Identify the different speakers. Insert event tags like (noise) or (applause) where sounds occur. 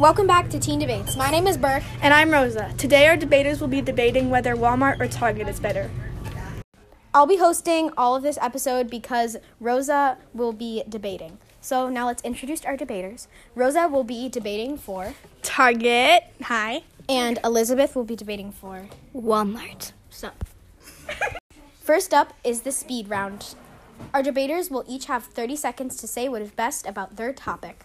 Speaker 1: Welcome back to Teen Debates. My name is Burke.
Speaker 2: And I'm Rosa. Today, our debaters will be debating whether Walmart or Target is better.
Speaker 1: I'll be hosting all of this episode because Rosa will be debating. So now let's introduce our debaters. Rosa will be debating for,
Speaker 2: Target. Hi.
Speaker 1: and Elizabeth will be debating for.
Speaker 3: Walmart. Sup?
Speaker 1: (laughs) First up is the speed round. Our debaters will each have 30 seconds to say what is best about their topic.